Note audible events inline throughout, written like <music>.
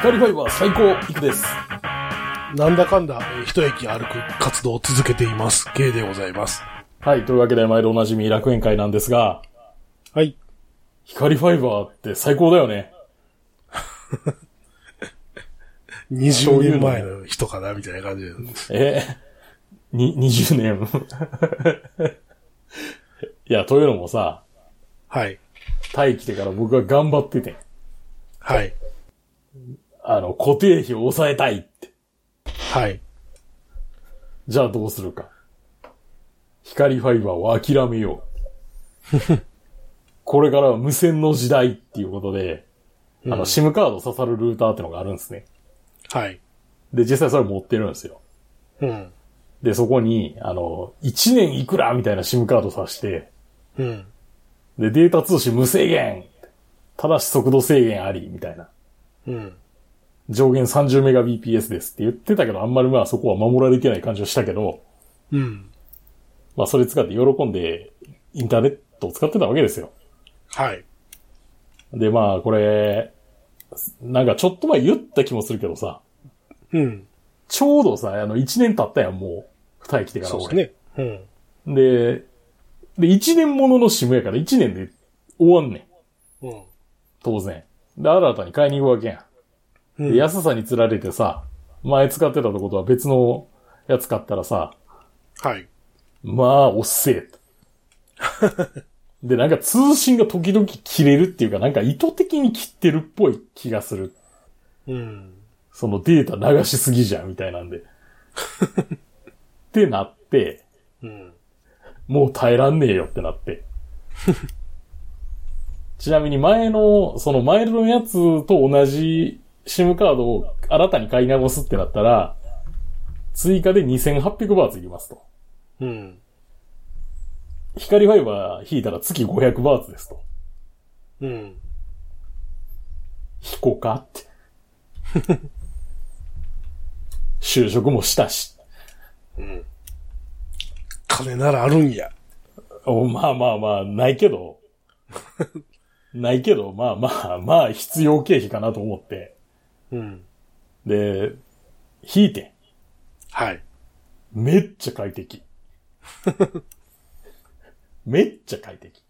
光ファイは最高、いくです。なんだかんだ、えー一駅歩く活動を続けています。ゲイでございます。はい、というわけで毎度おなじみ楽園会なんですが、はい。光ファイバーって最高だよね。 20年前の人かな、みたいな感じで。えー、に、20年。いや、というのもさ、はい。タイ来てから僕は頑張ってて、はい。あの、固定費を抑えたいって。はい。じゃあどうするか。光ファイバーを諦めよう。 <laughs> これからは無線の時代っていうことで、あの、SIM カード刺さるルーターってのがあるんですね。はい。で、実際それ持ってるんですよ。うん。で、そこに、あの、1年いくらみたいな SIM カード挿して、うん。で、データ通信無制限ただし速度制限ありみたいな。うん。上限 30Mbps ですって言ってたけど、あんまりまあそこは守られてない感じをしたけど、うん。まあそれ使って喜んでインターネットを使ってたわけですよ。はい。で、まあこれ、なんかちょっと前言った気もするけどさ、うん。ちょうどさ、あの1年経ったやん、もう。二重来てからそう俺。ですね。うん。で、で、1年ものの SIM やから1年で終わんねん。うん。当然。で、新たに買いに行くわけや。うんで、安さに釣られてさ、前使ってたとことは別のやつ買ったらさ、はい。まあ、おっせ <laughs> えと。で、なんか通信が時々切れるっていうか、なんか意図的に切ってるっぽい気がする。うん。そのデータ流しすぎじゃん、みたいなん <laughs> で。ってなって、うん。もう耐えらんねえよってなって。 <laughs> ちなみに前の、そのマイルドのやつと同じ SIM カードを新たに買い直すってなったら、追加で2800バーツいりますと。うん。光ファイバー引いたら月500バーツですと。うん。引こうかって。 <laughs> 就職もしたし。金ならあるんや。おまあまあまあ、ないけど。ないけど、まあまあまあ、必要経費かなと思って。うん。で、引いて、はい。めっちゃ快適。めっちゃ快適。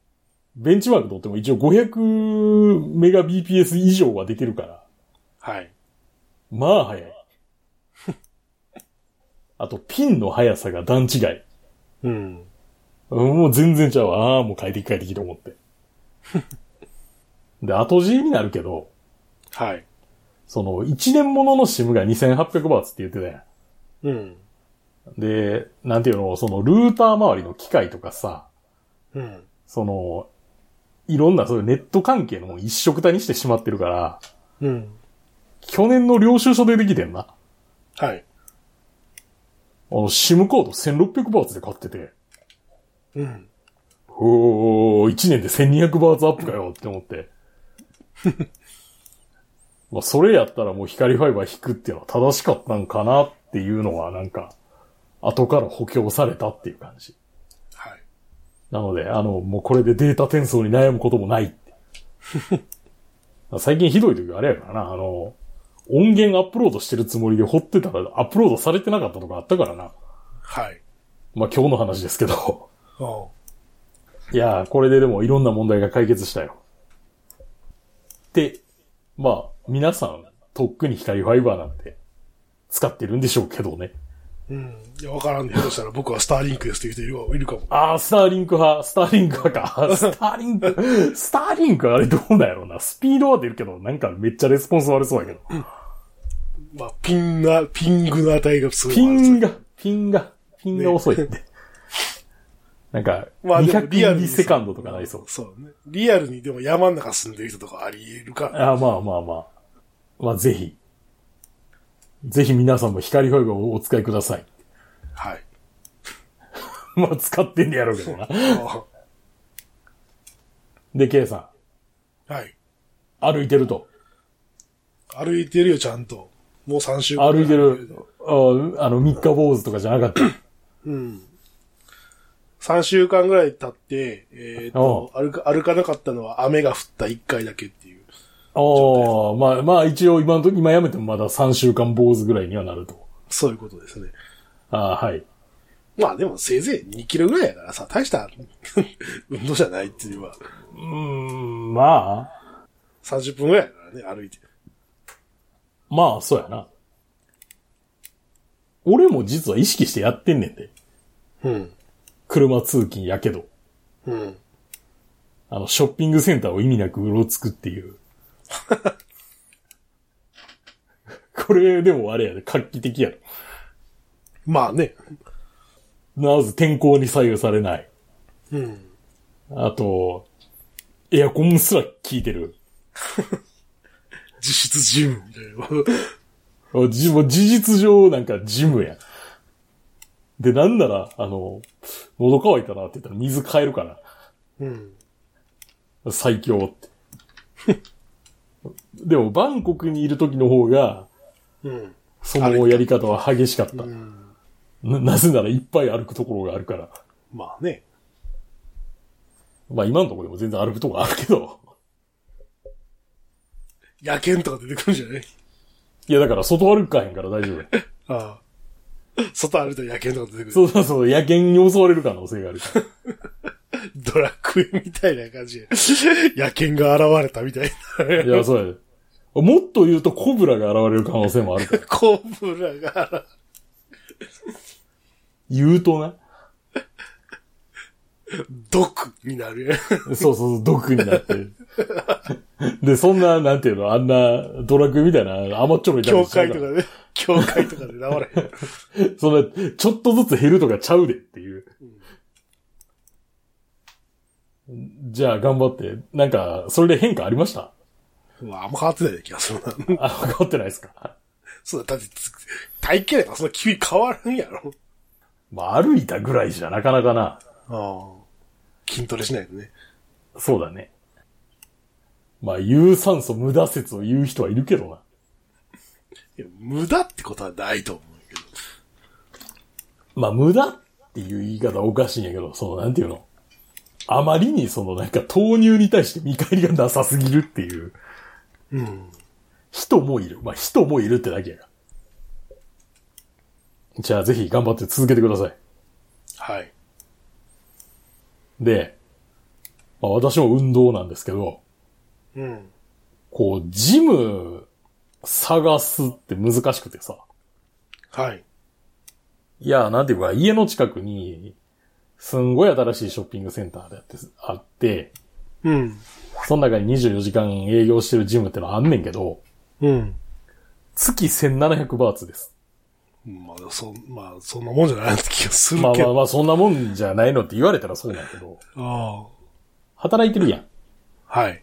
ベンチマーク取っても一応500メガ BPS 以上は出てるから、はい。まあ早い。あと、ピンの速さが段違い。うん。うんもう全然ちゃうわ。ああ、もう快適快適と思って。で、後字になるけど、はい。その、1年ものの SIM が2800バーツって言ってたやん。うん。で、なんていうの、その、ルーター周りの機械とかさ、うん。その、いろんなそういうネット関係のもの一色たにしてしまってるから、うん。去年の領収書出てきてんな。あはい。の、SIM コード1600バーツで買ってて、うん。おー、1年で1200バーツアップかよって思って。 <laughs> まあ、それやったらもう光ファイバー引くっていうのは正しかったんかなっていうのはなんか、後から補強されたっていう感じ。はい。なので、あの、もうこれでデータ転送に悩むこともないって。 <laughs> 最近ひどい時あれやからな、あの、音源アップロードしてるつもりで掘ってたらアップロードされてなかったとかあったからな。はい。まあ今日の話ですけど。 <laughs> おういやー、これででもいろんな問題が解決したよ。で、まあ、皆さん、とっくに光ファイバーなんて使ってるんでしょうけどね。うん。いや、わからんで、ひょっとしたら僕はスターリンクですっていう人いるかも。あー、スターリンク派、スターリンク派か。 <laughs> スターリンク、スターリンクあれどうなんやろうな。スピードは出るけど、なんかめっちゃレスポンス悪そうやけど。まあ、ピンな、ピングの値がすごいピ悪そうンが、ピンが、ピンが遅いって。なんか、まあでもリア200ルにミセカンドとかなりそう。そうね。リアルにでも山の中住んでる人とかあり得るから。あーまあまあまあ。まあぜひ。ぜひ皆さんも光ファイバーをお使いください。 <laughs> はい。まあ使ってんねやろうけどな。あで、K さん、はい。歩いてると。歩いてるよ、ちゃんと。もう3週間。歩いてる。。あーあの、三日坊主とかじゃなかった。うん。3週間ぐらい経って、えっ、と、歩か、歩かなかったのは雨が降った1回だけっていう。ああ、まあ、まあ一応今のと今やめてもまだ3週間坊主ぐらいにはなると。そういうことですね。ああ、はい。まあでもせいぜい2キロぐらいやからさ、大した運動じゃないっていうのは、うーん、まあ、 30分ぐらいやからね、歩いて。まあ、そうやな。俺も実は意識してやってんねんで。うん。車通勤やけど。うん。あの、ショッピングセンターを意味なくうろつくっていう。 <laughs> これ、でもあれやで、画期的やまあね。ろ。なぜ天候に左右されない。うん。あと、エアコンすら効いてる。実質ジムみたいな。じもう事実上、なんか、ジムや。で、なんなら、あの、喉乾いたなって言ったら水変えるから。うん。最強って。 <laughs> でも、バンコクにいる時の方が、うん。そのやり方は激しかった。ななぜならいっぱい歩くところがあるから。まあね。まあ今のところでも全然歩くとこあるけど。野犬とか出てくるんじゃないいやだから外歩かへんから大丈夫や。ああ。外歩いたら野犬とか出てくる。そうそうそう、野犬に襲われる可能性があるから。ドラクエみたいな感じで。野犬が現れたみたいいや、そうやで。もっと言うとコブラが現れる可能性もあるから。な。コブラが言うとな。毒になる。そうそうそう、毒にな <laughs> って。で、そんな、なんていうの、あんな、ドラクエみたいな甘っちょろいダメー教ジちゃう会かとらかね。教会とかで治らへん。そんな、ちょっとずつ減るとかちゃうでっていう。じゃあ、頑張って。なんか、それで変化ありましたうわあんま変わってないような気がするな。あ、変わってないですか。そうだ、だって、体型やからその君変わらんやろ。まあ、歩いたぐらいじゃなかなかな。ああ。筋トレしないとね。そうだね。まあ、有酸素無駄説を言う人はいるけどな。いや無駄ってことはないと思うけど。まあ、無駄っていう言い方はおかしいんやけど、その、なんていうの。あまりにその、なんか、豆乳に対して見返りがなさすぎるっていう。うん。人もいる。まあ、人もいるってだけやが。じゃあ、ぜひ頑張って続けてください。はい。で、まあ、私も運動なんですけど、うん。こう、ジム探すって難しくてさ。はい。いや、なんていうか、家の近くに、すんごい新しいショッピングセンターであって、あって、うん。その中に24時間営業してるジムってのあんねんけど、うん。月1700バーツです。まあ、そ、まあ、そんなもんじゃない気がするまあけまあど。まあ、そんなもんじゃないのって言われたらそうなんやけど、あ働いてるやん。あ。はい。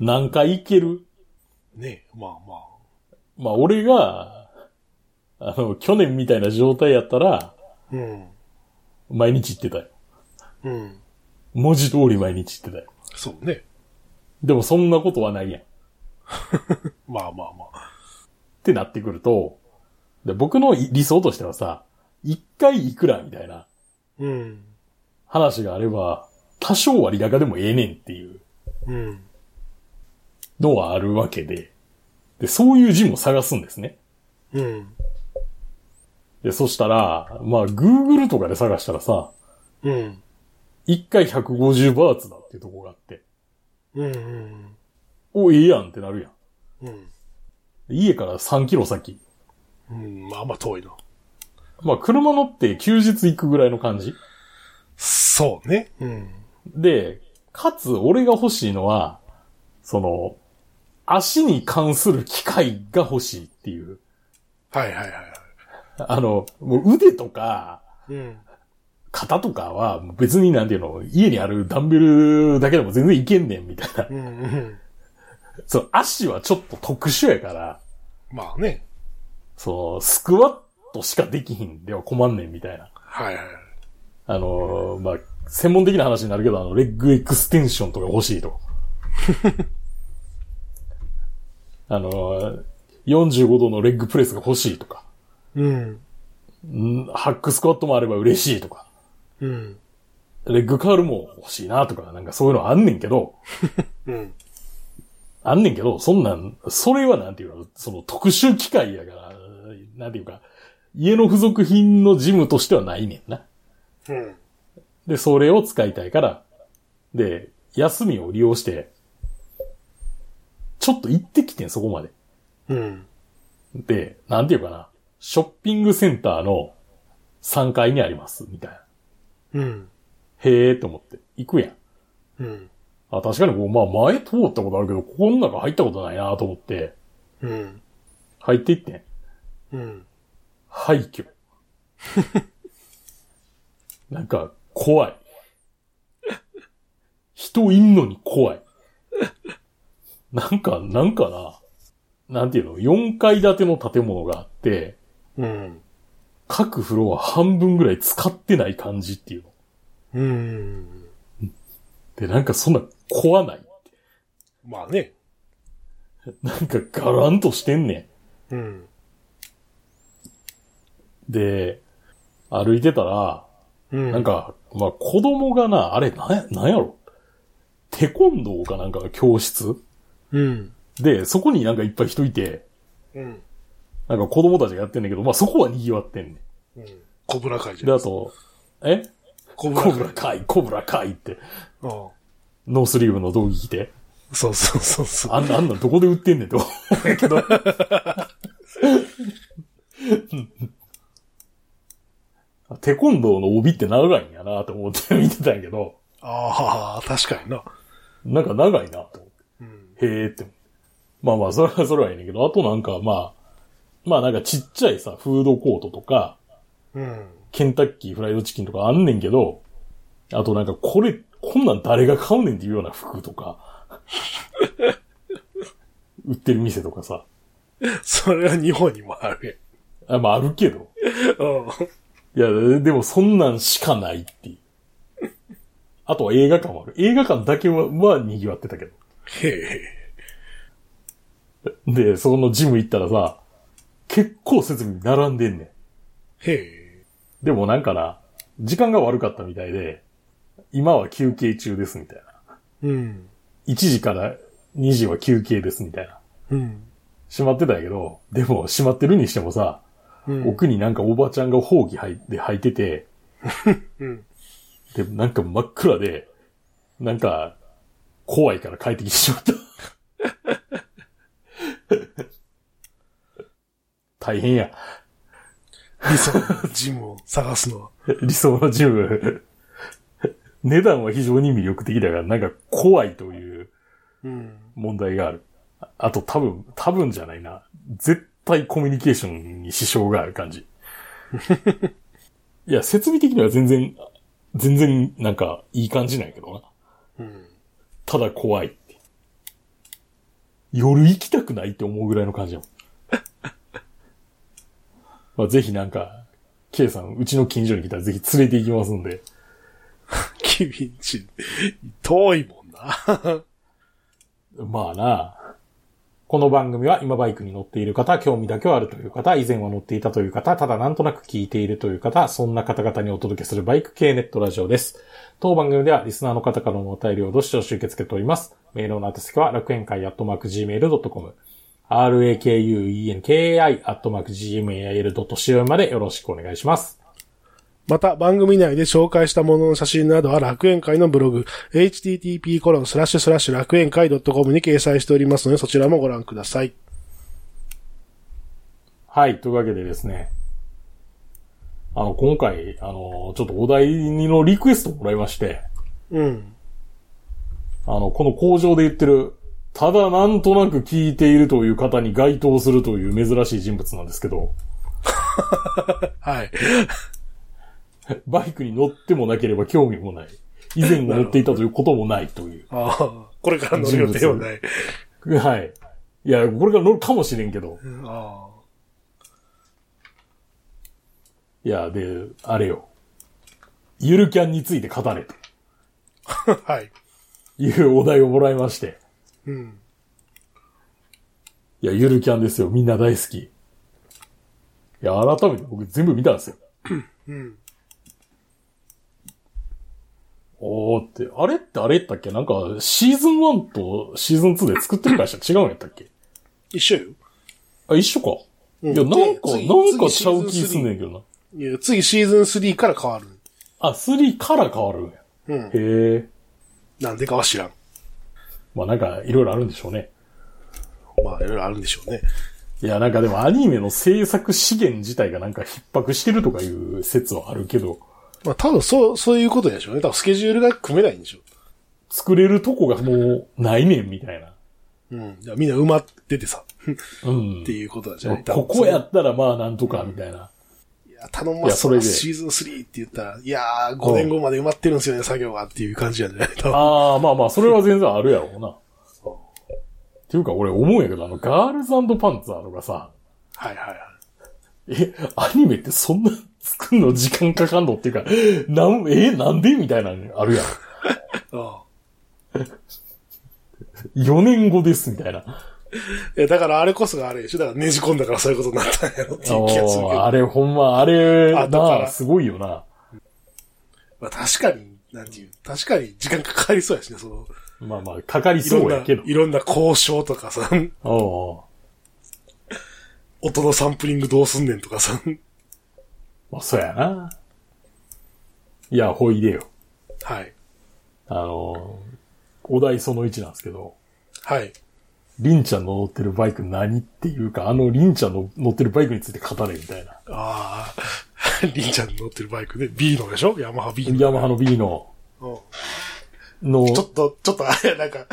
何回行けるねまあまあ。まあ、俺が、あの、去年みたいな状態やったら、うん。毎日行ってたよ。うん。文字通り毎日行ってたよ。そうね。でもそんなことはないやん。っまあまあまあ。てなってくると、で僕の理想としてはさ、一回いくらみたいなうん。話があれば、多少割高でもええねんっていううん。のはあるわけで、で、そういうジムを探すんですね。うん。で、そしたら、まあ、Google とかで探したらさ、うん。一回150バーツだっていうとこがあって、うん。うん。お、ええやんってなるやん。うん。家から3キロ先。うん。まあまあ遠いな。まあ、車乗って休日行くぐらいの感じ。そうね。うん。で、かつ、俺が欲しいのは、その、足に関する機械が欲しいっていう。はいはいはいはあの、もう腕とか、い。うん。肩とかは別になんていうの、家にあるダンベルだけでも全然いけんねんみたいな。うん。うん。その足はちょっと特殊やから、まあね。その、スクワットしかできひんでは困んねんみたいな。はいはいはい。あの、まあ、専門的な話になるけど、あの、レッグエクステンションとか欲しいと。 <laughs> あの、45度のレッグプレスが欲しいとか、うん。んハックスクワットもあれば嬉しいとか、うん。レッグカールも欲しいなとか、なんかそういうのあんねんけど、うん。あんねんけど、そんなん、それはなんていうの、その特殊機械やから、なんていうか、家の付属品のジムとしてはないねんな。うん。で、それを使いたいから、で、休みを利用して、ちょっと行ってきてん、そこまで。うん。で、なんていうかな、ショッピングセンターの3階にあります、みたいな。うん。へえーと思って、行くやん。うん。あ、確かにこう、まあ前通ったことあるけど、ここの中入ったことないなと思って、うん。入っていってん。うん。廃墟。 <laughs> なんか、怖い。人いんのに怖い。なんか、なんかな、なんていうの、4階建ての建物があって、うん。各フロア半分ぐらい使ってない感じっていうの。うん。で、なんかそんな、怖ない。まあね。なんかガランとしてんねん。うん。で、歩いてたら、うん。なん。か、まあ、子供がな、あれ、なんや、なんやろ。テコンドーかなんかの教室うん。で、そこになんかいっぱい人いて、うん。なんか子供たちがやってんだけど、まあ、そこは賑わってんねうん。コブラ会じん。ゃで、ん。あと、えコブコラ会。ブラかい、コブラかいって、うん。ノースリーブの道着着て、そうそうそうそう。あんな、あんなどこで売ってんねんって思うけど。うん <laughs> テコンドーの帯って長いんやなと思って見てたんやけど、ああ、確かにな。なんか長いなと思って。うん。へえって。まあまあ、それはそれはいいねんだけど、あとなんかまあ、まあなんかちっちゃいさ、フードコートとか、うん。ケンタッキーフライドチキンとかあんねんけど、あとなんかこれ、こんなん誰が買うねんっていうような服とか、 <laughs> 売ってる店とかさ、それは日本にもあるあまああるけど、やん。うん。いや、でもそんなんしかないっていう。あとは映画館もある。映画館だけは、は賑わってたけど。へえ。で、そのジム行ったらさ、結構設備並んでんねん。へえ。でもなんかな、時間が悪かったみたいで、今は休憩中ですみたいな。うん。 1時から2時は休憩ですみたいな。うん。閉まってたんやけど、でも閉まってるにしてもさ、うん。奥になんかおばちゃんがほうき履いて履いてて、 <laughs> うん。で、なんか真っ暗で、なんか、怖いから帰ってきてしまった。 <laughs> 大変や。理想のジムを探すのは。理想のジム。値段は非常に魅力的だが、なんか怖いといううん。問題がある。ああと多分、多分じゃないな。絶対コミュニケーションに支障がある感じ。いや、設備的には全然、全然なんかいい感じなんやけどな。うん。ただ怖いって。夜行きたくないって思うぐらいの感じやもん。まあ、ぜひなんか、K さん、うちの近所に来たらぜひ連れて行きますんで。君んち、遠いもんな。まあな。この番組は今バイクに乗っている方、興味だけはあるという方、以前は乗っていたという方、ただなんとなく聞いているという方、そんな方々にお届けするバイク系ネットラジオです。当番組ではリスナーの方からのお便りをどしどし受け付けております。メールの宛先は楽園会アットマーク Gmail.com、rakuenki アットマーク Gmail.co までよろしくお願いします。また、番組内で紹介したものの写真などは楽園会のブログ、http コロンスラッシュスラッシュ楽園会 .com に掲載しておりますので、そちらもご覧ください。はい、というわけでですね。あの、今回、あの、ちょっとお題のリクエストをもらいまして、うん。あの、この工場で言ってる、ただなんとなく聞いているという方に該当するという珍しい人物なんですけど、 <laughs> はい。バイクに乗ってもなければ興味もない。以前も乗っていたということもないといああ、これから乗る予定はない。う。はい。いや、これから乗るかもしれんけど。あいや、で、あれよ。ゆるキャンについて語れとあ。はい。いうお題をもらいまして。うん。いや、ゆるキャンですよ。みんな大好き。いや、改めて僕全部見たんですよ。うん。おーって、あれってあれやったっけなんか、シーズン1とシーズン2で作ってる会社違うんやったっけ一緒よ。あ、一緒か。うんいや、なんか、で次なんか次シちゃーズンう気すんねんけどな。いや、次シーズン3から変わる。あ、3から変わるんや。うん。へえ。なんでかは知らん。まあなんか、いろいろあるんでしょうね。まあ、いろいろあるんでしょうね。いや、なんかでもアニメの制作資源自体がなんか逼迫してるとかいう説はあるけど、まあ、多分そう、そういうことでしょうね。多分スケジュールが組めないんでしょ作れるとこがもうないねんみたいな。う。うん。じゃあみんな埋まっててさ、 <laughs> うんって。いうことなんじゃない多分ここやったらまあなんとかみたいな。いや、頼まそいやそれうでシーズン3って言ったら、いやー、5年後まで埋まってるんですよね、作業がっていう感じなんじゃない多分。ああ、まあまあ、それは全然あるやろうな。っていうか俺思うんやけど、あの、ガールズパンツァーとかさ、はいはいはい。え、アニメってそんな作るの時間かかんのっていうか、なん、え、なんでみたいなのあるやん。あ4年後ですみたいな。あ。いや、だからあれこそがあれでしょだからねじ込んだからそういうことになったんやろっていう <laughs> 気がする <laughs> おーけど。あれ、ほんま、あれ、あだかならあ、すごいよな。まあ確かに、なんていう、確かに時間かかりそうやしね、その、まあまあ、かかりいろそんうな、やけど。いろんな交渉とかさ、おー音のサンプリングどうすんねんとかさ、まあ、そうやな。いや、ほいでよ。はい。あのー、お題その1なんですけど、はい。りんちゃんの乗ってるバイク何っていうか、あのりんちゃんの乗ってるバイクについて語れみたいな。ああ、 <laughs> りんちゃんの乗ってるバイクで、B のでしょヤマハ B の。ヤマハの B の、うんの、ちょっと、ちょっとあれ、なんか、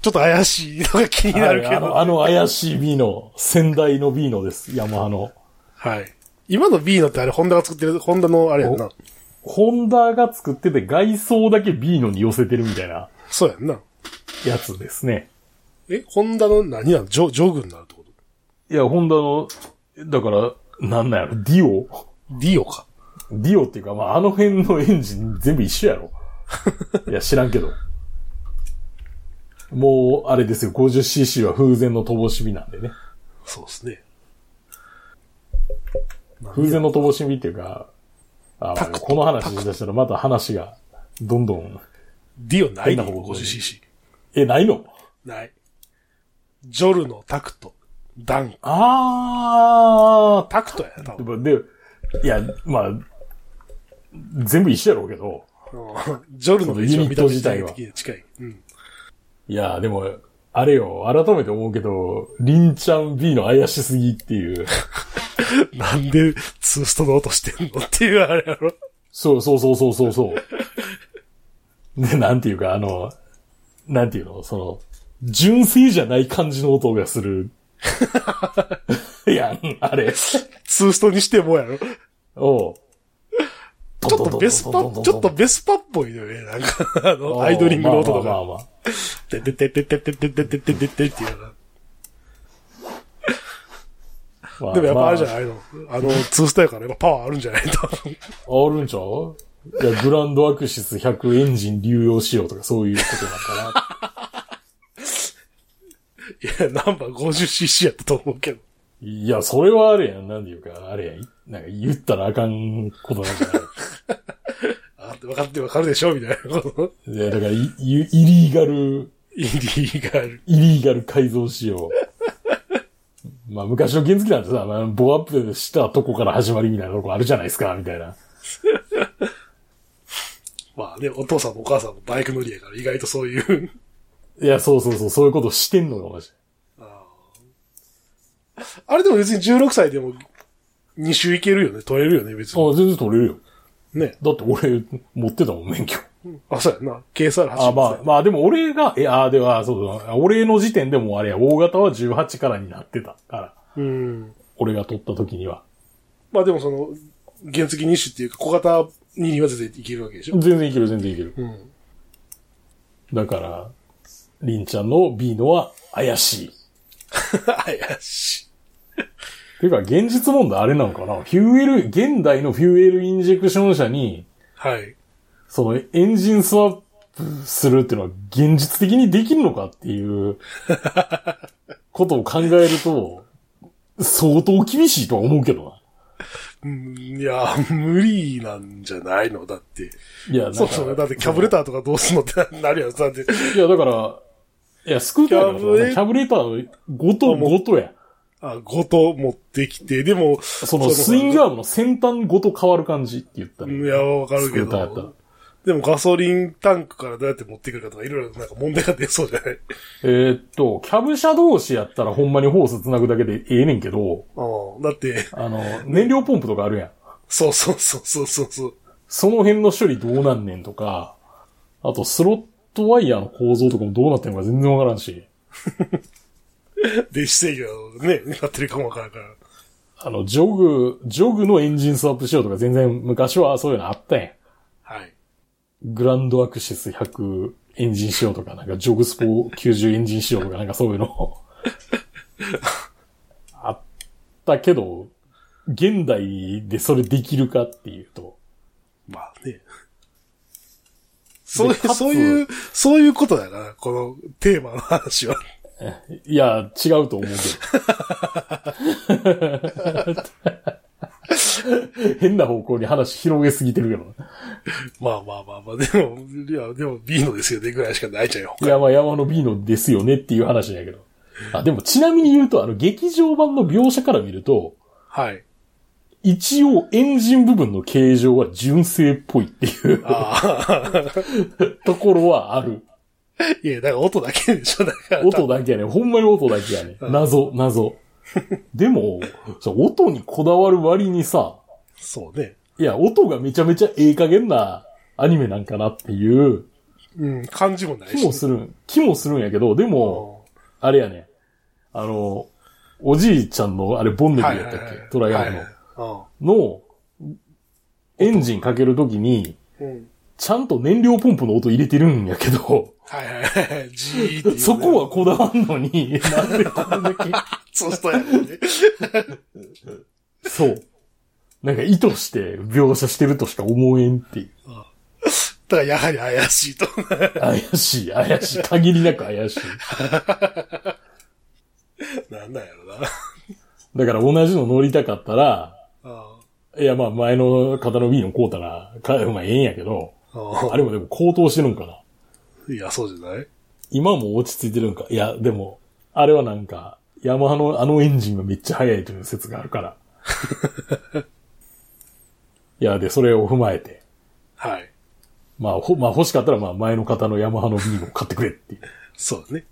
ちょっと怪しいのが気になるけはいあど。のあの怪しい B の、先代の B のです、ヤマハの。はい。今の B のってあれ、ホンダが作ってる、ホンダのあれやんな。ホンダが作ってて外装だけ B のに寄せてるみたいなそうやんな。やつですね。え、ホンダの何なのジョ、ジョグになるってこといや、ホンダの、だから、なんなんやろ、ディオディオか。ディオっていうか、まあ、あの辺のエンジン全部一緒やろ。いや、知らんけど。もう、あれですよ、50cc は風前の灯火なんでね。そうですね。風前の灯火っていうか、あタクトこの話し出したらまた話が、どんどん、ディオないの変な方向に ?50cc。え、ないのない。ジョルのタクト。ダン。あタクトやな、多ー、分。で、いや、まあ、全部一緒やろうけど、うんジョルの一番見たユニット目自体は的に近い。うん。いや、でも、あれよ、改めて思うけど、リンちゃん B の怪しすぎっていう。 <laughs> なんで、ツーストの音してんのっていうあれやろ。そうそうそうそうそうそう。で、なんていうか、あの、なんていうの、その、純正じゃない感じの音がする。いやん、あれ。ツーストにしてもやろ。おうちょっとベスパ、ちょっとベスパっぽいのよね。なんか、あの、アイドリングの音とまあまあか。まあまあててててててててててててっていうのが。まあ。でもやっぱあれじゃいないの。あの、ツーストやからやっぱパワーあるんじゃないと。あるんちゃういや、グランドアクシス100エンジン流用しようとかそういうことなんかな。いや、ナンバー 50cc やったと思うけど。いや、それはあれやん。なんていうか、あれやん。なんか言ったらあかんことなんかない。あ、分かってわかるでしょみたいなこと。いや、だから、いイリーガルイリーガル。イリーガル改造仕様。まあ、昔の原付なんてさ、まあ、ボアップしたとこから始まりみたいなとこあるじゃないですか、みたいな。まあね、お父さんもお母さんもバイク乗りやから、意外とそういう。いや、そうそうそう、そういうことしてんのかもしあれでも別に16歳でも、2周いけるよね。取れるよね、別れに。ん。あ全然取れるよ。ね。だって俺、持ってたもん、免許。あ、そうやんな。KSR80 歳。あ、まあ、まあ、でも俺が、え、あ、では、そうそう、俺の時点でもうあれや、大型は18からになってたから、うん。俺が取った時には。まあでもその、原付2種っていうか、小型には全然いけるわけでし <laughs> ょ全。然いける、全然いける。うん。だから、りんちゃんの B のは怪しい。怪していうか、現実問題あれなのかなフューエル、現代のフューエルインジェクション車に、い。はい。そのエンジンスワップするっていうのは現実的にできるのかって <laughs> いう、ことを考えると、相当厳しいとは思うけどな。うんいや、無理なんじゃないのだって。いや、なんかそうそう。だってキャブレターとかどうすんのって <laughs> なるやん。だって、いや、だから、いや、スクーターだからキャブレターごと、ごとや。あ、ごと持ってきて、でも、そのスイングアームの先端ごと変わる感じって言ったらいいいや、わかるけスクーターやったらど。でもガソリンタンクからどうやって持ってくるかとか、いろいろなんか問題が出そうじゃないえーっと、キャブ車同士やったらほんまにホース繋ぐだけでええねんけど、うん。だって、あの、燃料ポンプとかあるやん。そうそうそうそうそうそう。その辺の処理どうなんねんとか、あとスロットワイヤーの構造とかもどうなってんのか全然わからんし、電子制御がね、なってるかもわからんから。あの、ジョグ、ジョグのエンジンスワップしようとか全然昔はそういうのあったやん。はい。グランドアクシス100エンジンしようとか、なんかジョグスポ90エンジンしようとか、なんかそういうの <laughs> あったけど、現代でそれできるかっていうと、まあね。そう、かつそういう、そういうことだな、このテーマの話は。いや、違うと思うけど。変な方向に話広げすぎてるけどな。まあまあまあまあ、でも、いや、でも B のですよね、ぐらいしかないじゃんよ。山山の B のですよねっていう話だけど。あ、でもちなみに言うと、あの劇場版の描写から見ると、はい。一応エンジン部分の形状は純正っぽいっていう <laughs> ああ、ところはある。 <laughs> いや、だから音だけでしょ、だから。音だけやね。ほんまに音だけやね。謎、謎。でも、そう音にこだわる割にさ、そうね。いや、音がめちゃめちゃええ加減なアニメなんかなっていううん、感じもない気もし。するん、気もするんやけど、でも、あれやね。あの、おじいちゃんの、あれ、ボンネビーやったっけトライアンの。ドの、エンジンかけるときに、うんうん。ちゃんと燃料ポンプの音入れてるんやけど、はいはいはい。じーっていうね。そこはこだわんのに、なんでこれだけ。 <laughs> そうしたやろね。そう。なんか意図して描写してるとしか思えんっていう。だからやはり怪しいと。怪しい、怪しい、限りなく怪しい。なんなんやろだな。から同じの乗りたかったら、あいやまあ前の方の B のこうたら、かまあええんやけど、ああれもでも高騰してるんかな。いや、そうじゃない今も落ち着いてるんか。いや、でも、あれはなんか、ヤマハのあのエンジンがめっちゃ速いという説があるから。いや、で、それを踏まえて。はい。まあ、ほ、まあ欲しかったら、まあ前の方のヤマハの B を買ってくれっていう。そうね。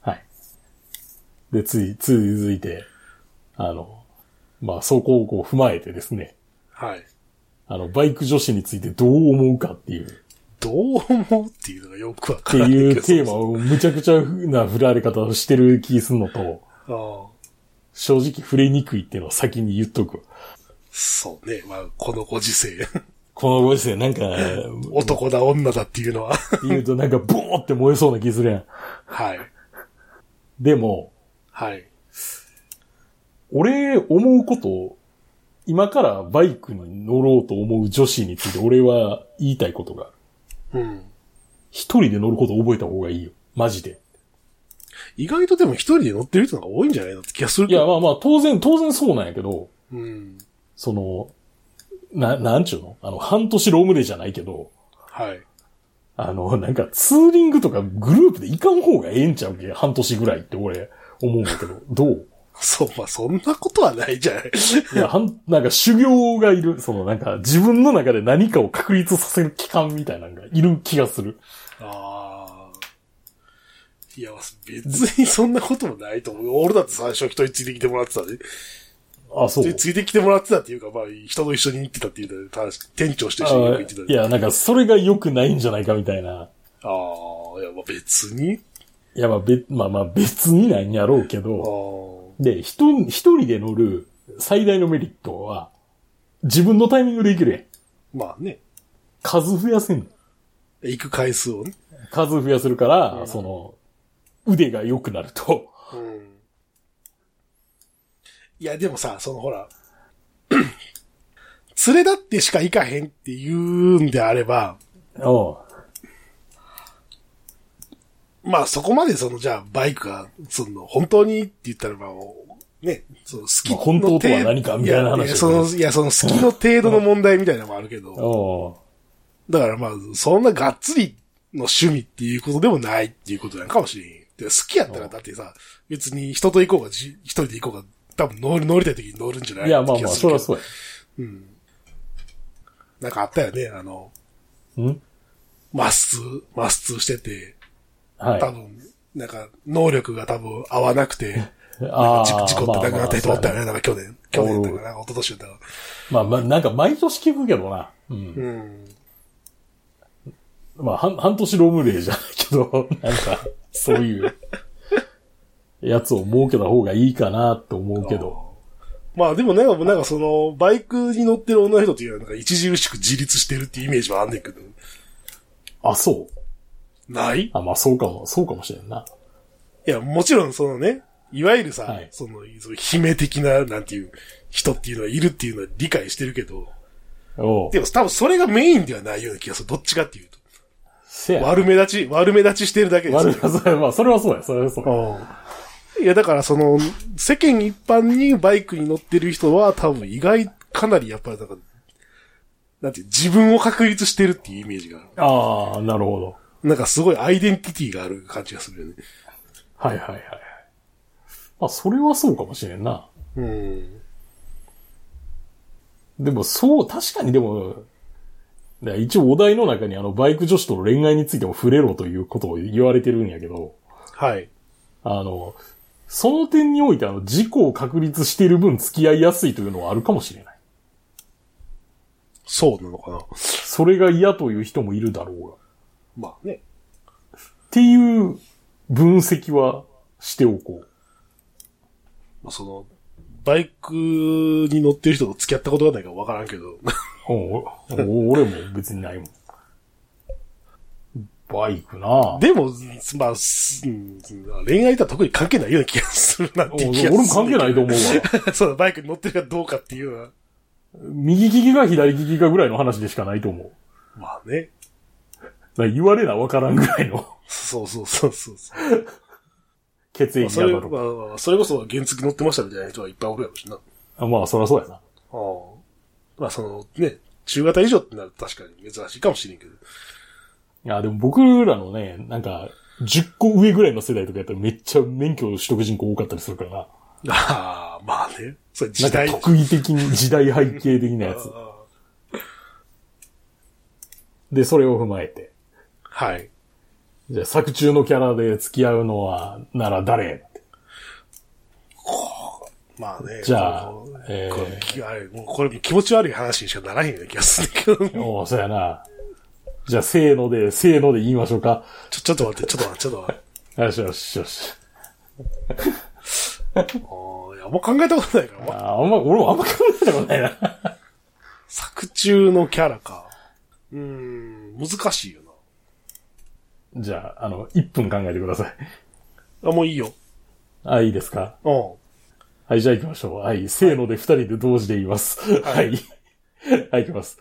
はい。で、つい、続いて、あの、まあそこをこう踏まえてですね、はい。あの、バイク女子についてどう思うかっていう、っどう思うっていうのがよくわてからないいけうど。テーマをむちゃくちゃな振られ方をしてる気すんのと、を。正直触れにくいっていうのを先に言っとく。そうね。まあ、このご時世。 <laughs> このご時世なんか、男だ女だっていうのは。言うとなんかボーって燃えそうな気するやん。はい。でも、はい。俺思うことを、今からバイクに乗ろうと思う女子について俺は言いたいことがある、うん。一人で乗ることを覚えた方がいいよ。マジで。意外とでも一人で乗ってる人が多いんじゃないのって気がするいけや、ど。まあまあ、当然、当然そうなんやけど、うん。その、な、なんちゅうのあの、半年ロームレじゃないけど、 <laughs> はい。あの、 <laughs> なんかツーリングとかグループで行かん方がええんちゃうけ半年ぐらいって俺、思うんだけど、どうそう、まあ、そんなことはないじゃない。いや、はん、なんか修行がいる、そのなんか自分の中で何かを確立させる期間みたいなのがいる気がする。ああ。いや、別にそんなこともないと思う。俺だって最初人についてきてもらってたね。あ、そう。でついてきてもらってたっていうか、まあ、人と一緒に行ってたっていうただ店長して一緒によく行ってたあいね。や、なんかそれが良くないんじゃないかみたいな。ああ、いや、まあ別に。いや、まあ、べ、まあまあ別になんやろうけあど、あ。で、人、一人で乗る最大のメリットは、自分のタイミングで行けるやん。まあね。数増やせんの。行く回数をね。数増やせるから、その、腕が良くなると。うん。いや、でもさ、そのほら、 <clears throat> 連れだってしか行かへんって言うんであれば、おまあそこまでその、じゃあバイクが、その、本当にって言ったらまあ、ね、そう、好きまあ本当とは程度何かみたいな話ややその、いや、その好きの程度の問題みたいなのもあるけど、おだからまあ、そんながっつりの趣味っていうことでもないっていうことなのかもしれん。で好きやったら、だってさ、別に人と行こうが、じ一人で行こうが、多分乗り乗りたい時に乗るんじゃないいや、まあまあ、気がすそるりけゃどそうなんかあったよね、あの、や。んマスツマスツしてて、はい。多分、なんか、能力が多分合わなくて、あ事ー事故ってなくなった人おったよまあね、なんか去年。去年だったかな、一昨年だったかまあ、まあなんか毎年聞くけどな。うん。な。うん。まあ、半半年ロムレーじゃないけど、 <laughs> なんか、そういう、やつを設けた方がいいかなって思うけど。まあでもなんか、なんかその、バイクに乗ってる女の人っていうのは、なんか著しく自立してるっていうイメージはあんねんけど、あ、そう。ないあ、まあ、そうかも、そうかもしれんな。いや、もちろんそのね、いわゆるさ、はいその、その姫的な、なんていう、人っていうのはいるっていうのは理解してるけど、おうでも多分それがメインではないような気がする。どっちかっていうと。せや。悪目立ち、悪目立ちしてるだけです悪よい。そ <laughs> れは、まあ、それはそうや、それはそうや。いや、だからその、世間一般にバイクに乗ってる人は多分意外、かなりやっぱりなんか、なんていう自分を確立してるっていうイメージがある。ああ、なるほど。なんかすごいアイデンティティがある感じがするよね。はいはいはいはい。まあ、それはそうかもしれんな。うん。でも、そう、確かにでも、だから一応お題の中にあの、バイク女子との恋愛についても触れろということを言われてるんやけど、はい。あの、その点においてあの、事故を確立している分付き合いやすいというのはあるかもしれない。そうなのかな。それが嫌という人もいるだろうが。まあね。っていう分析はしておこう。まあその、バイクに乗ってる人と付き合ったことがないから分からんけど。 <laughs> おお俺も別にないもん。バイクなでも、まあ、すうん恋愛とは特に関係ないような気がするなっていう気がす俺る。も関係ないと思うわ。う。 <laughs> そうだ、バイクに乗ってるかどうかっていうのは。右利きが左利きがぐらいの話でしかないと思う。まあね。だから言われなわからんぐらい <laughs> のそうそうそうそうそう。血液まあ、型それ、まとか。あまあ、それこそ原付乗ってましたみたいな人はいっぱいおるやろうしな。ああまあ、そらそうやな。あ。まあ、その、ね、中型以上ってなると確かに珍しいかもしれんけど。いや、でも僕らのね、なんか、10個上ぐらいの世代とかやったらめっちゃ免許取得人口多かったりするからな。ああ、まあね。それな時んか代。特異的に、時代背景的なや <laughs> つ。あで、それを踏まえて。あはい。じゃあ、作中のキャラで付き合うのは、なら誰ってまあね。じゃあこのえーこれきあれ、もうこれ気持ち悪い話にしかならへんような気がするけど。おおそうやな。じゃあ、せーので、せーので言いましょうか。 <laughs> ちょ、ちょっと待って、ちょっと待って、ちょっと待って。よしよしよし。ああいや、あんま考えたことないから。まあああんま、俺もあんま考えたことないな。 <laughs> 作中のキャラか。うーん、難しいよじゃあ、あの、1分考えてください。な。あ、もういいよ。あ、いいですかうん。はい、じゃあ行きましょう。はい、せーので二人で同時で言います。はい。 <laughs> はい、行きます。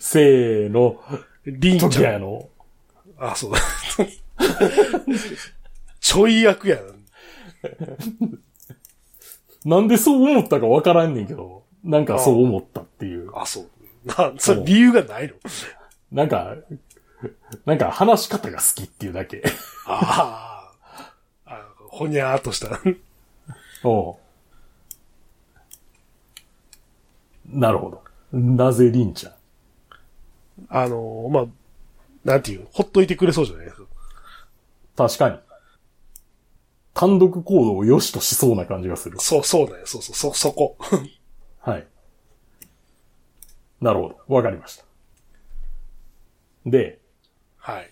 せーの、りんトちキゃん。アの、あ、そうだ。 <laughs> ちょい役やな。なんでそう思ったかわからんねんけど、なんかそう思ったっていう。あ、そう。な、それ理由がないの。なんか、なんか話し方が好きっていうだけ。 <laughs> ああ。あほにゃーっとした。おうなるほど。なぜりんちゃん。あの、まあ、なんていう、ほっといてくれそうじゃないですか。確かに。単独行動を良しとしそうな感じがする。そう、そうだよ。そうそう、そ、そこ。 <laughs> はい。なるほど。わかりました。で、はい。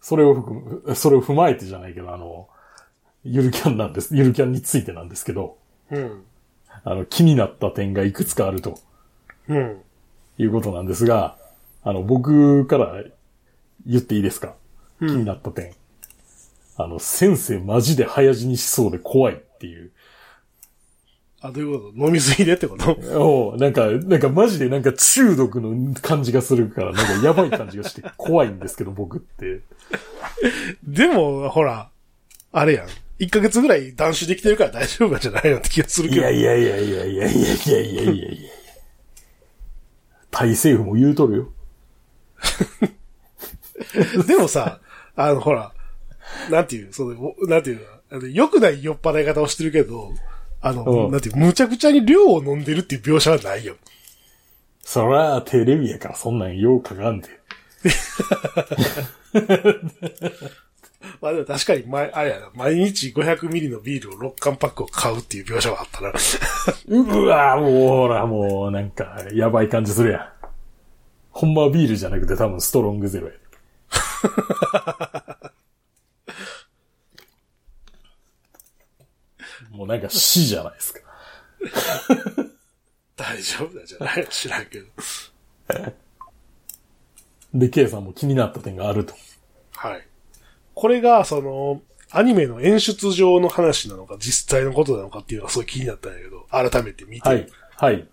それを含む、それを踏まえてじゃないけど、あの、ゆるキャンなんです。ゆるキャンについてなんですけど、うん。あの、気になった点がいくつかあるとうん。いうことなんですが、あの、僕から言っていいですか気になった点。あの、先生マジで早死にしそうで怖いっていう。あ、どういうこと飲みすぎでってことおうなんか、なんかマジでなんか中毒の感じがするから、なんかやばい感じがして怖いんですけど、僕って。でも、ほら、あれやん。 1ヶ月ぐらい断酒できてるから大丈夫なんじゃないのって気がするいけど。やいやいやいやいやいやいやいやいやいやいや。タイ政府も言うとるよ。 <laughs> でもさ、あの、ほら、なんていう、その、おなんていうのあの、良くない酔っ払い方をしてるけど、あの、うんなんていう、むちゃくちゃに量を飲んでるっていう描写はないよ。そら、テレビやからそんなんようかかんで。まあでも確かに、前、あれやな、毎日500ミリのビールを6缶パックを買うっていう描写はあったな。 <laughs> うわもうほら、もうなんか、やばい感じするやん。ほんまはビールじゃなくて多分ストロングゼロや。もうなんか死じゃないですか。大丈夫なんじゃないの知らんけど。で、K さんも気になった点があると。はい。これが、その、アニメの演出上の話なのか、実際のことなのかっていうのがすごい気になったんだけど、改めて見て。はい。はい。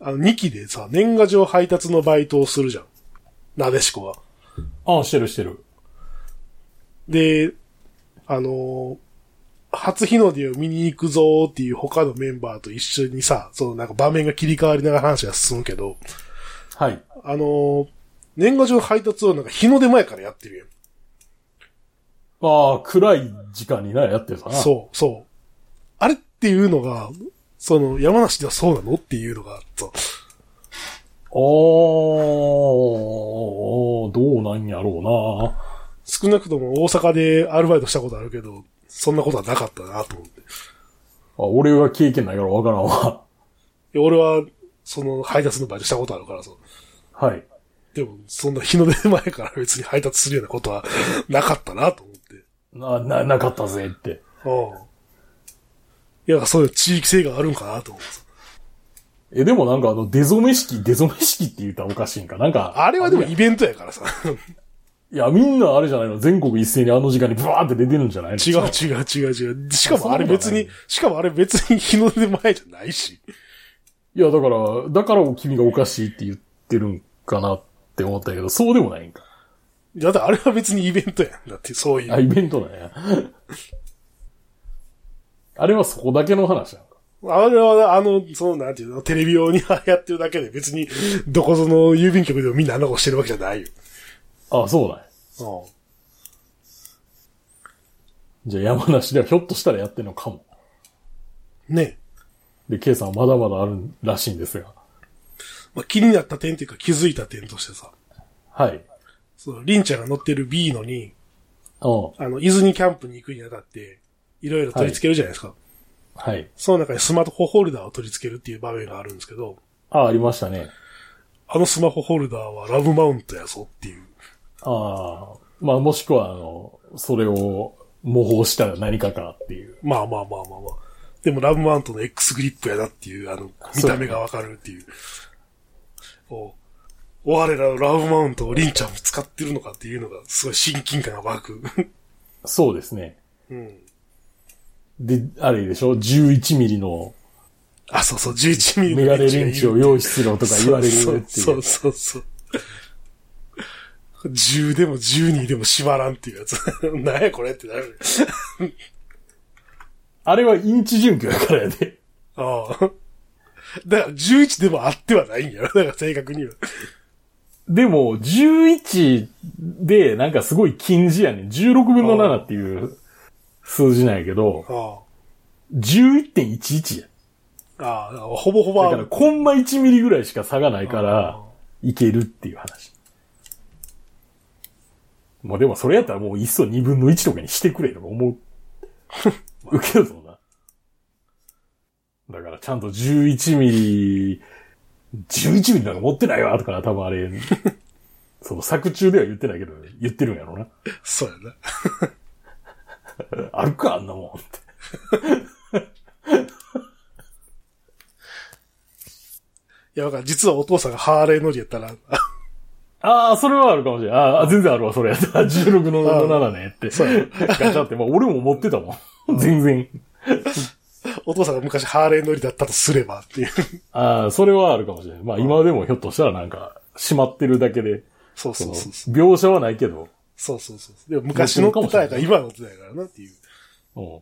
あの、2期でさ、年賀状配達のバイトをするじゃん。なでしこが。ああ、してるしてる。で、あのー初日の出を見に行くぞーっていう他のメンバーと一緒にさ、そのなんか場面が切り替わりながら話が進むけど、はい。あのー年賀状配達をなんか日の出前からやってるやん。ああ、暗い時間にな、やってたな。そう、そう。あれっていうのが、その、山梨ではそうなのっていうのがあった。おー、どうなんやろ少なくとも大阪でアルバイトしたことあるけど、そんなことはなかったなと思っうな。あて。俺は経験ないからわからんわ。で俺は、その、配達のバイトしたことあるからさ。 <laughs> はい。でも、そんな日の出前から別に配達するようなことはなかったなと思って。な、な、なかったぜって。うん。いや、そういう地域性があるんかなと思って。え、でもなんかあの、出初め式、出初め式って言ったらおかしいんか。なんか。あれはでもいイベントやからさ。や、みんなあれじゃないの。全国一斉にあの時間にブワーって出てるん <laughs> じゃないの違う違う違う違う。しかもあれ別そうなんにだ、しかもあれ別に日の出前じゃないし。いや、だから、だから君がおかしいって言ってるんかなって思ったけど、そうでもないんか。だってあれは別にイベントやん。だってそういう。あ、イベントなんや。あれはそこだけの話なのか。あれは、あの、その、なんていうの、テレビ用に <laughs> やってるだけで別に、どこぞの郵便局でもみんなあんなことしてるわけじゃないよ。あそうだよ。うじゃあ山梨ではひょっとしたらやってんのかも。ん。ねで、K さんはまだまだあるらしいんですが。まあ、気になった点っていうか気づいた点としてさ、はい。その、リンちゃんが乗ってる B のに、うん。あの、伊豆にキャンプに行くにあたって、いろいろ取り付けるじゃないですか。はい。その中にスマホホルダーを取り付けるっていう場面があるんですけど、あ、ありましたね。あのスマホホルダーはラブマウントやぞっていう。ああ。まあ、もしくは、あの、それを模倣したら何かかっていう。まあまあまあまあまあ。でもラブマウントの X グリップやなっていう、あの、見た目がわかるっていう。お我らのラブマウントをリンちゃんも使ってるのかっていうのが、すごい親近感が湧く。 <laughs> そうですね。うん。で、あれでしょ ?11 ミリのあ、そうそう、11ミリメガネレンチを用意しろとか言われるっていう。そうそうそうそう。10でも12でも縛らんっていうやつ。 <laughs> なんやこれってなる。あれはインチ準拠だからやで。ああ。だから11でもあってはないんやろ。だから正確には。でも、11で、なんかすごい禁じやねん。16分の7っていう数字なんやけど、あ11.11や。あ。ああ、ほぼほぼだから、コンマ1ミリぐらいしか差がないから、いけるっていう話。まあでもそれやったらもういっそ2分の1とかにしてくれとか思う。受けるぞな。だからちゃんと11ミリ、11ミリなんか持ってないわとかな、多分あれ。その作中では言ってないけど、言ってるんやろな。そうやな。あるか、あんなもんって。いや、だから実はお父さんがハーレー乗りやったら、 <laughs> あああ、それはあるかもしれない。ああ、全然あるわ、それや <laughs> ったら。16の7ねって。ガチャって、まあ俺も持ってたもん。 <laughs> 全然。お父さんが昔ハーレー乗りだったとすればっていう。 <laughs> ああ、それはあるかもしれない。まあ今でもひょっとしたらなんか、しまってるだけで、そうそそのうそうそう。描写はないけど、そうそうそう。でも昔乗ってたやから今乗ってないからなっていう。うん。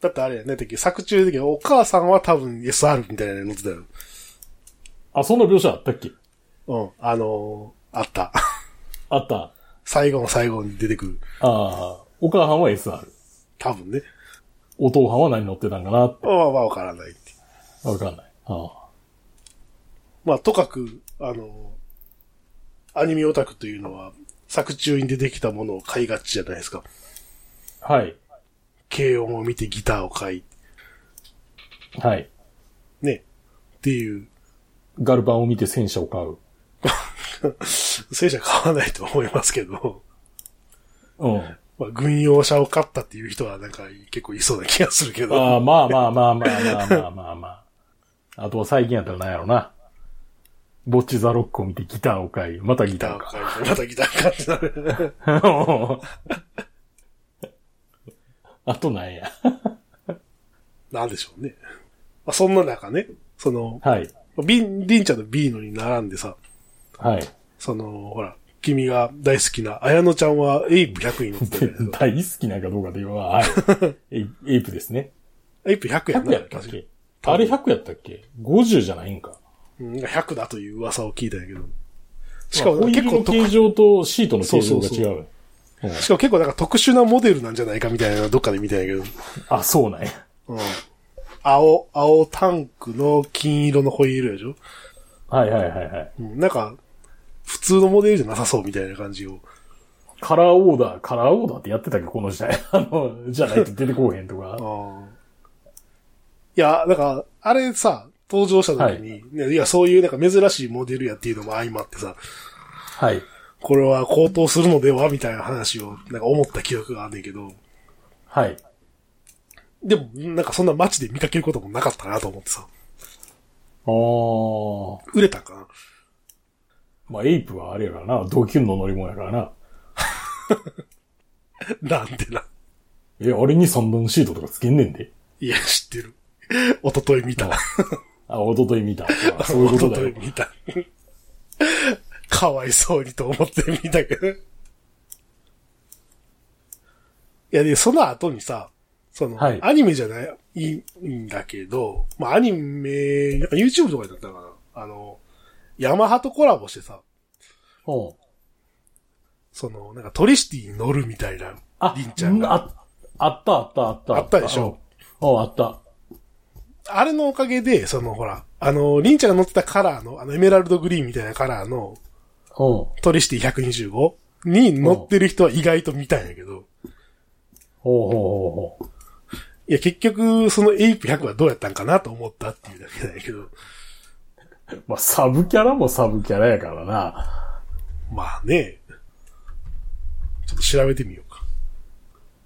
だってあれやね、てっきり作中でお母さんは多分 SR みたいなの乗ってたよ。あ、そんな描写あったっけうん。あのー、あった。 <laughs> あった。最後の最後に出てくる。ああ、お母さんは SR。多分ね。お父さんは何乗ってたんかなって。まあまあわからないっていう。わかんない。ああ。まあ、とかく、あの、アニメオタクというのは、作中に出てきたものを買いがちじゃないですか。はい。軽音を見てギターを買い、はい。ね。っていう、 <laughs> ガルパンを見て戦車を買う。戦車買わないと思いますけど、 <laughs> うん。まあ、軍用車を買ったっていう人はなんか結構いそうな気がするけど、ああ、まあまあまあまあまあまあまあまあ。あとは最近やったら何やろな。ボッチザロックを見てギターを買い、またギギタータを買い、またギター買ってなる。ーを買う。 <laughs> あとなんや。なんでしょうね。まあ、そんな中ね、その、はい。ビン、リンちゃんのビーノに並んでさ、 <laughs> はい。その、ほら、君が大好きな、綾乃ちゃんはエイプ100に乗ってたじゃないで <laughs> すか。大好きなんかどうかというのは、はい。エイエイプですね。エイプ100やん100なやっ、たっ確かに。けあれ100やったっけ ?50 じゃないんか。うん、100だという噂を聞いたんやけど。ししかかもも、結結構構特、形状とシートの形状がそうそうそ違う。しかも結構なんか特殊なモデルなんじゃないかみたいなのどっかで見たんやけど。あ、そうなんや。うん。青、青タンクの金色のホイールやでしょ、はいはいはいはい。うん、なんか、普通のモデルじゃなさそうみたいな感じを。カラーオーダー、カラーオーダーってやってたっけこの時代。 <laughs> あの、じゃないと出てこうへんとかあ。ーいや、なんか、あれさ、登場した時に、ねいや、そういうなんか珍しいモデルやっていうのも相まってさ、はい。これは高騰するのではみたいな話を、なんか思った記憶があんねんけど、はい。でも、なんかそんな街で見かけることもなかったなと思ってさ、あー。売れたんかなまあ、エイプはあれやからな。ドキュンの乗り物やからな。なんでな。え、あれに3分シートとかつけんねんで。いや、知ってる。一昨日見た。あ、おととい見た。あそういう一ことだ <laughs> 昨よ日。見た。かわいそうにと思って見たけど。いや、で、その後にさ、その、はいアニメじゃないんだけど、まあ、アニメ、なんか YouTube とかだったかな。あの、ヤマハとコラボしてさ、おうその、なんかトリシティに乗るみたいな、ありんちゃんがあ、あったあったあった。あったでしょ。おうあった。あれのおかげで、そのほら、あの、リンちゃんが乗ってたカラーの、あの、エメラルドグリーンみたいなカラーの、おうトリシティ125に乗ってる人は意外と見たんやけど、ほうほうほうほう。いや、結局、そのエイプ100はどうやったんかなと思ったっていうだけだけど、まあ、サブキャラもサブキャラやからな。まあね、ちょっと調べてみようか。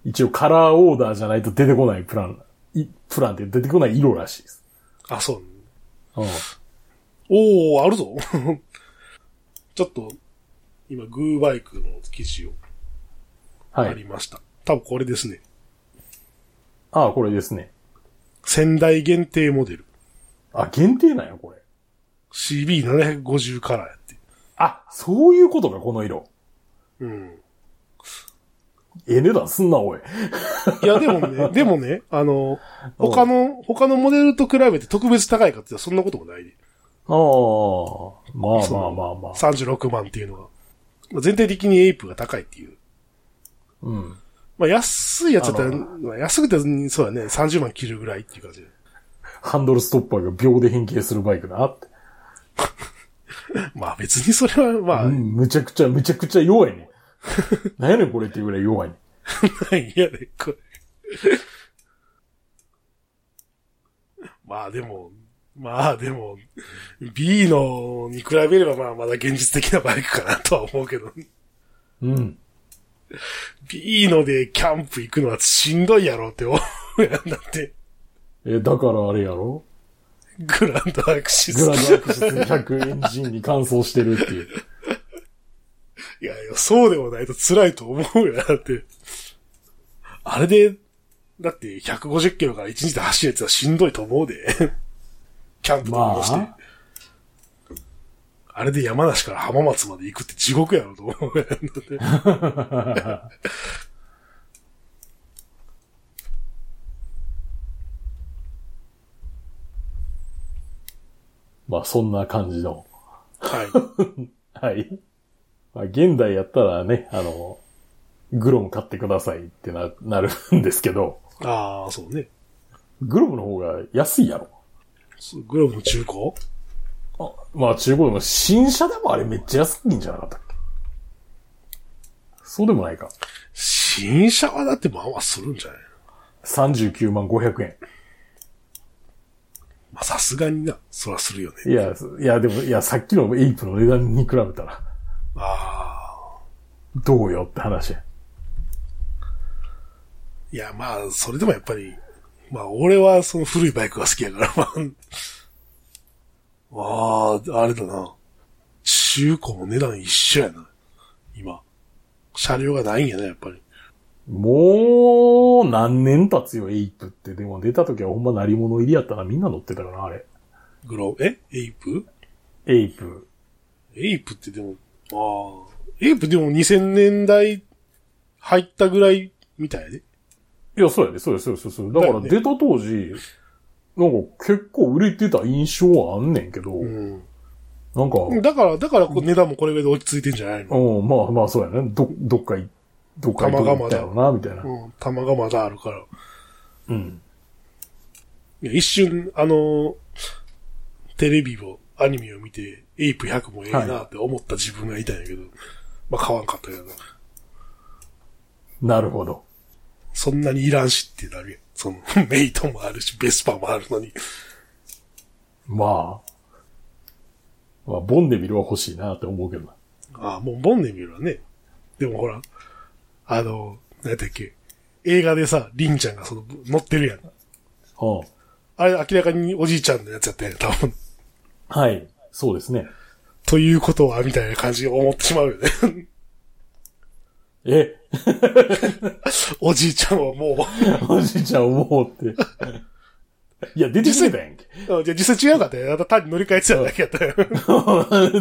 一応カラーオーダーじゃないと出てこないプラン、いプランって出てこない色らしいです。あ、そう。うん。おー、あるぞ。 <laughs> ちょっと、今、グーバイクの記事を、はありい。ました。多分これですね。ああ、これですね。仙台限定モデル。あ、限定なんや、これ。 CB750 カラーやって。あ、そういうことか、この色。うん。ええ値段すんな、おい。いや、でもね、 <laughs> でもね、あの、うん他の、他のモデルと比べて特別高いかって言ったらそんなこともないで。ああ、まあまあまあまあ。 36万っていうのが。まあ、全体的にエイプが高いっていう。うん。まあ、安いやつだったら、あのまあ安くて、そうだね、30万切るぐらいっていう感じで。ハンドルストッパーが秒で変形するバイクだなって。まあ、別にそれは、まあ、うん、むちゃくちゃ、むちゃくちゃ弱いね。 <laughs> なんやねん、これっていうぐらい弱いね。ないやね、これ。まあ、でも、まあ、でも、B のに比べれば、まあ、まだ現実的なバイクかなとは思うけど、うん。 B のでキャンプ行くのはしんどいやろって思うやんだって、え、だからあれやろグランドアクシス。グランドアクシス100エンジンに乾燥してるって <laughs> いう。いやいや、そうでもないと辛いと思うよ。だって、あれで、だって150キロから1日で走るやつはしんどいと思うで。キャンプとかもして。まあ、れで山梨から浜松まで行くって地獄やろと思うよ。だってまあそんな感じの。はい。はい。まあ現代やったらね、あの、グロム買ってくださいってな、なるんですけど、ああ、そうね。グロムの方が安いやろ。そうグローブの中古あまあ中古でも新車でもあれめっちゃ安いんじゃなかったっけそうでもないか。新車はだってまあまあするんじゃない39万500円。まあさすがにな、そらするよね。いや、いやでも、いやさっきのエイプの値段に比べたら、ああ。どうよって話や。いや、まあ、それでもやっぱり、まあ俺はその古いバイクが好きやから、まあ。ああ、あれだな。中古も値段一緒やな。今。車両がないんやね、やっぱり。もう、何年経つよ、エイプって。でも出た時はほんま鳴り物入りやったらみんな乗ってたかな、あれ。グロー、えエイプエイプ。エイプってでも、ああ、エイプでも2000年代入ったぐらいみたいやで。いや、そうやで、そうや、そうや、そうやそうや。だからだよね出た当時、なんか結構売れてた印象はあんねんけど、うなんか、ん。だから、だからこう値段もこれぐらいで落ち着いてんじゃないのうん、まあまあそうやね。ど、どっかい、どっかいど玉こ川行ったよな、みたいな。うん。玉がまだあるから。うん。いや一瞬、あのテレビを、アニメを見て、エイプ100もええなって思った自分がいたんやけど、まあ買わんかったけど、なるほど。そんなにいらんしってなるやん。その、 <laughs> メイトもあるし、ベスパもあるのに。まあ、まあ、ボンネビルは欲しいなって思うけどな。ああ、もうボンネビルはね。でもほら、あの、何やったっけ。映画でさ、リンちゃんがその、乗ってるやん。うん。あれ明らかにおじいちゃんのやつやったやん、多分。はい。そうですね。ということは、みたいな感じで思ってしまうよね。 <laughs> え、 <laughs> おじいちゃんはもおじいちゃん思うって。 <laughs> いや、出てきてたやんけ。 <laughs> う、 <laughs> じゃ実際違うかったよ。ただ単に乗り換えてただけやったよ。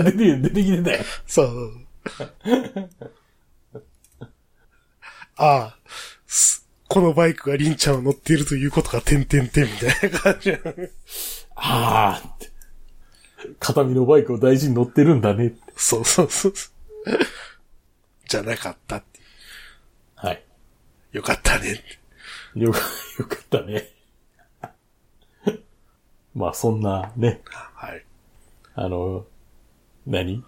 出て、出てきてたやん。そう。 <laughs> ああ、すこのバイクがリンちゃんを乗っているということが、てんてんてんみたいな感じや。ああって。片身のバイクを大事に乗ってるんだねって。そうそうそうそう。じゃなかったって。はい。よかったね。よか、 <laughs> よかったね。 <laughs> まあ、そんなね、はい。あの、何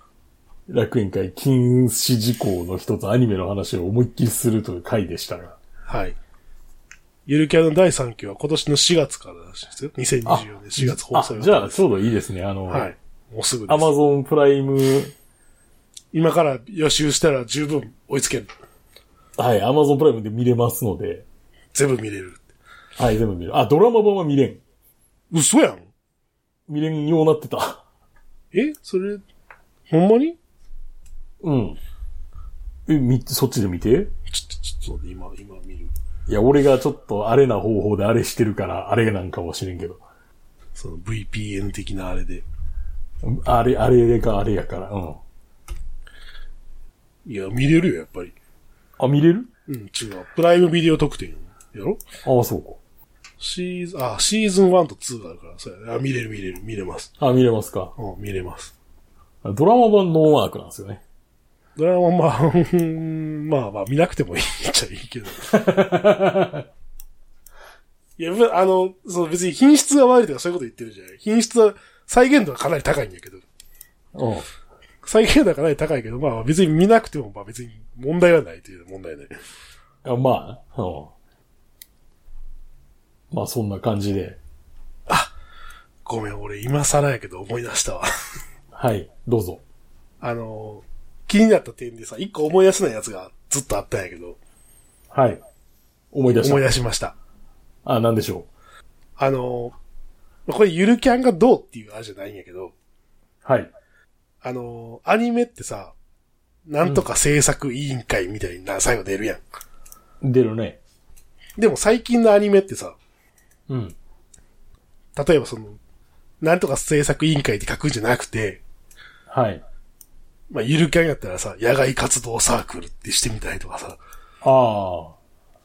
楽園会禁止事項の一つアニメの話を思いっきりするという回でしたが。はい。ゆるキャラの第3期は今年の4月かららしいですよ。2024年4月放送あ予定じゃあ、ですちょうどいいですね。あの、はい。もうすぐでアすマ。ゾンプライム、今から予習したら十分追いつける。はい、アマゾンプライムで見れますので、全部見れる。はい、全部見る。あ、ドラマ版は見れん。嘘やん。見れんようになってた。えそれ、ほんまにうん。え、み、そっちで見てちょっと、ちょっと待って、今、今見る。いや、俺がちょっとアレな方法であれしてるから、あれなんかもしれんけど。その VPN 的なあれで。あれ、あれがあれやから。うん。いや、見れるよ、やっぱり。あ、見れるうん、違う。プライムビデオ特典やろああ、そうシーズン、あ、シーズン1と2があるから、そうやね。あ、見れる見れる、見れます。か。あ、見れますか。うん、見れます。ドラマ版ノーマークなんですよね。ドラマ、 <laughs> まあ、うんまあまあ、見なくてもいいっちゃいいけど。 <laughs> いや、ぶあの、その別に品質が悪いとかそういうこと言ってるじゃない。品質は、再現度はかなり高いんやけど。うん。再現度はかなり高いけど、まあ別に見なくても、まあ別に問題はないという問題ない。あまあ、うん。まあ、そんな感じで。ごめん、俺今更やけど思い出したわ。 <laughs> はい、どうぞ。あの、気になった点でさ、一個思い出せないやつがずっとあったんやけど、はい。思い出し思いた。出しました。あ、なんでしょあの、これゆるキャンがどうっていうあれじゃないんやけど、う。はい。あの、アニメってさ、なんとか制作委員会みたいな最後出るやん。出るね。でも最近のアニメってさ、うん。例えばその、なんとか制作委員会って書くんじゃなくて、はい。まあ、ゆるキャンやったらさ、野外活動サークルってしてみたりとかさ、あ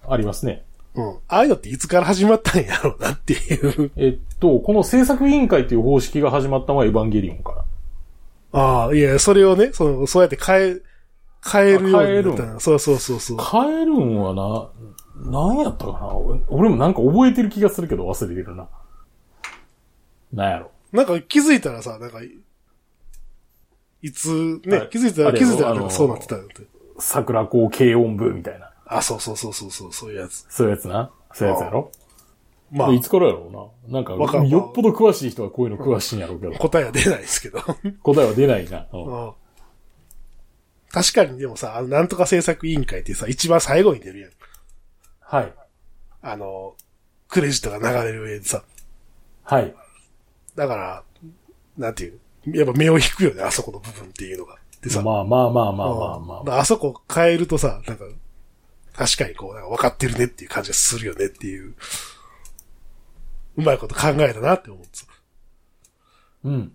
あ、ありますね。うん。ああいうのっていつから始まったんやろうなっていう。えっと、この制作委員会という方式が始まったのはエヴァンゲリオンから。ああ、いや、それをね、その、そうやって変え、変えるようになったあ変な。そうそうそうそう。カエルンはな、何やったかな俺俺もなんか覚えてる気がするけど忘れてるな。なんやろ。なんか気づいたらさ、なんか、いつ、ね、はい気づいたあら、れ気づいたらあのなんかそうなってたよって。桜高軽音部みたいな。あ、そうそうそうそうそう、そういうやつ。そういうやつな。そういうやつやろまいつあ、からやろうな。なんかわかん、ないよっぽど詳しい人はこういうの詳しいんやろうけど、答えは出ないですけど。 <laughs> 答えは出ないな。うんうん確かにでもさ、あの、なんとか制作委員会ってさ、一番最後に出るやん。はい。あの、クレジットが流れる上でさ。はい。だから、なんていう、やっぱ目を引くよね、あそこの部分っていうのが。でさ、まあまあまあまああまあまあ。あそこ変えるとさ、なんか、確かにこう、なんか分かってるねっていう感じがするよねっていう。うまいこと考えたなって思ってさ。うん。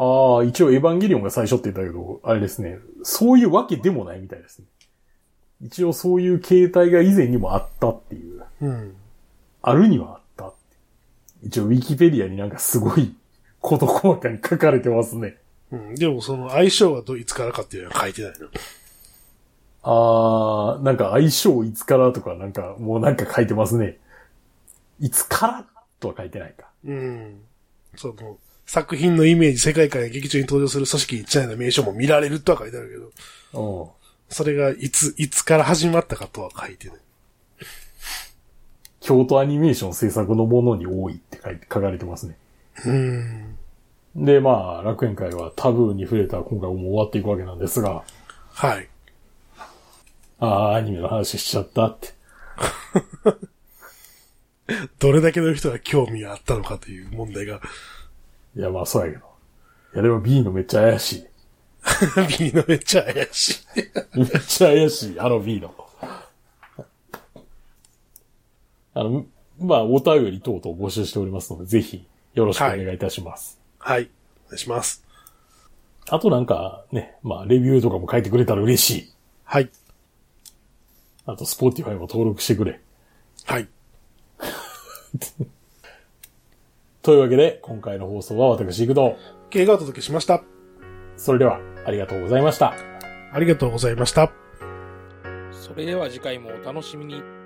ああ、一応エヴァンゲリオンが最初って言ったけど、あれですね。そういうわけでもないみたいですね。一応そういう形態が以前にもあったっていう。うん。あるにはあったっていう一応ウィキペディアになんかすごいこと細かに書かれてますね。うん。でもその相性がどいつからかっていうのは書いてないの。ああ、なんか相性いつからとかなんかもうなんか書いてますね。いつからとは書いてないか。うん。その、作品のイメージ、世界観や劇中に登場する組織にちなんだ名称も見られるとは書いてあるけど、うん。それがいつ、いつから始まったかとは書いてない。京都アニメーション制作のものに多いって書いて書かれてますね。うん。で、まあ、楽園会はタブーに触れた今回も終わっていくわけなんですが、はい。ああ、アニメの話しちゃったって。どれだけの人が興味があったのかという問題が、 <laughs> いや、まあ、そうやけど。いや、でも B のめっちゃ怪しい。ビーのめっちゃ怪しい。めっちゃ怪しい、あの B の。あの、まあ、お便り等々募集しておりますので、ぜひ、よろしくお願いいたします。はい。お願いします。あとなんか、ね、まあ、レビューとかも書いてくれたら嬉しい。はい。あと、Spotify も登録してくれ。はい。というわけで、今回の放送は私、行くと。映画をお届けしました。それでは、ありがとうございました。ありがとうございました。それでは次回もお楽しみに。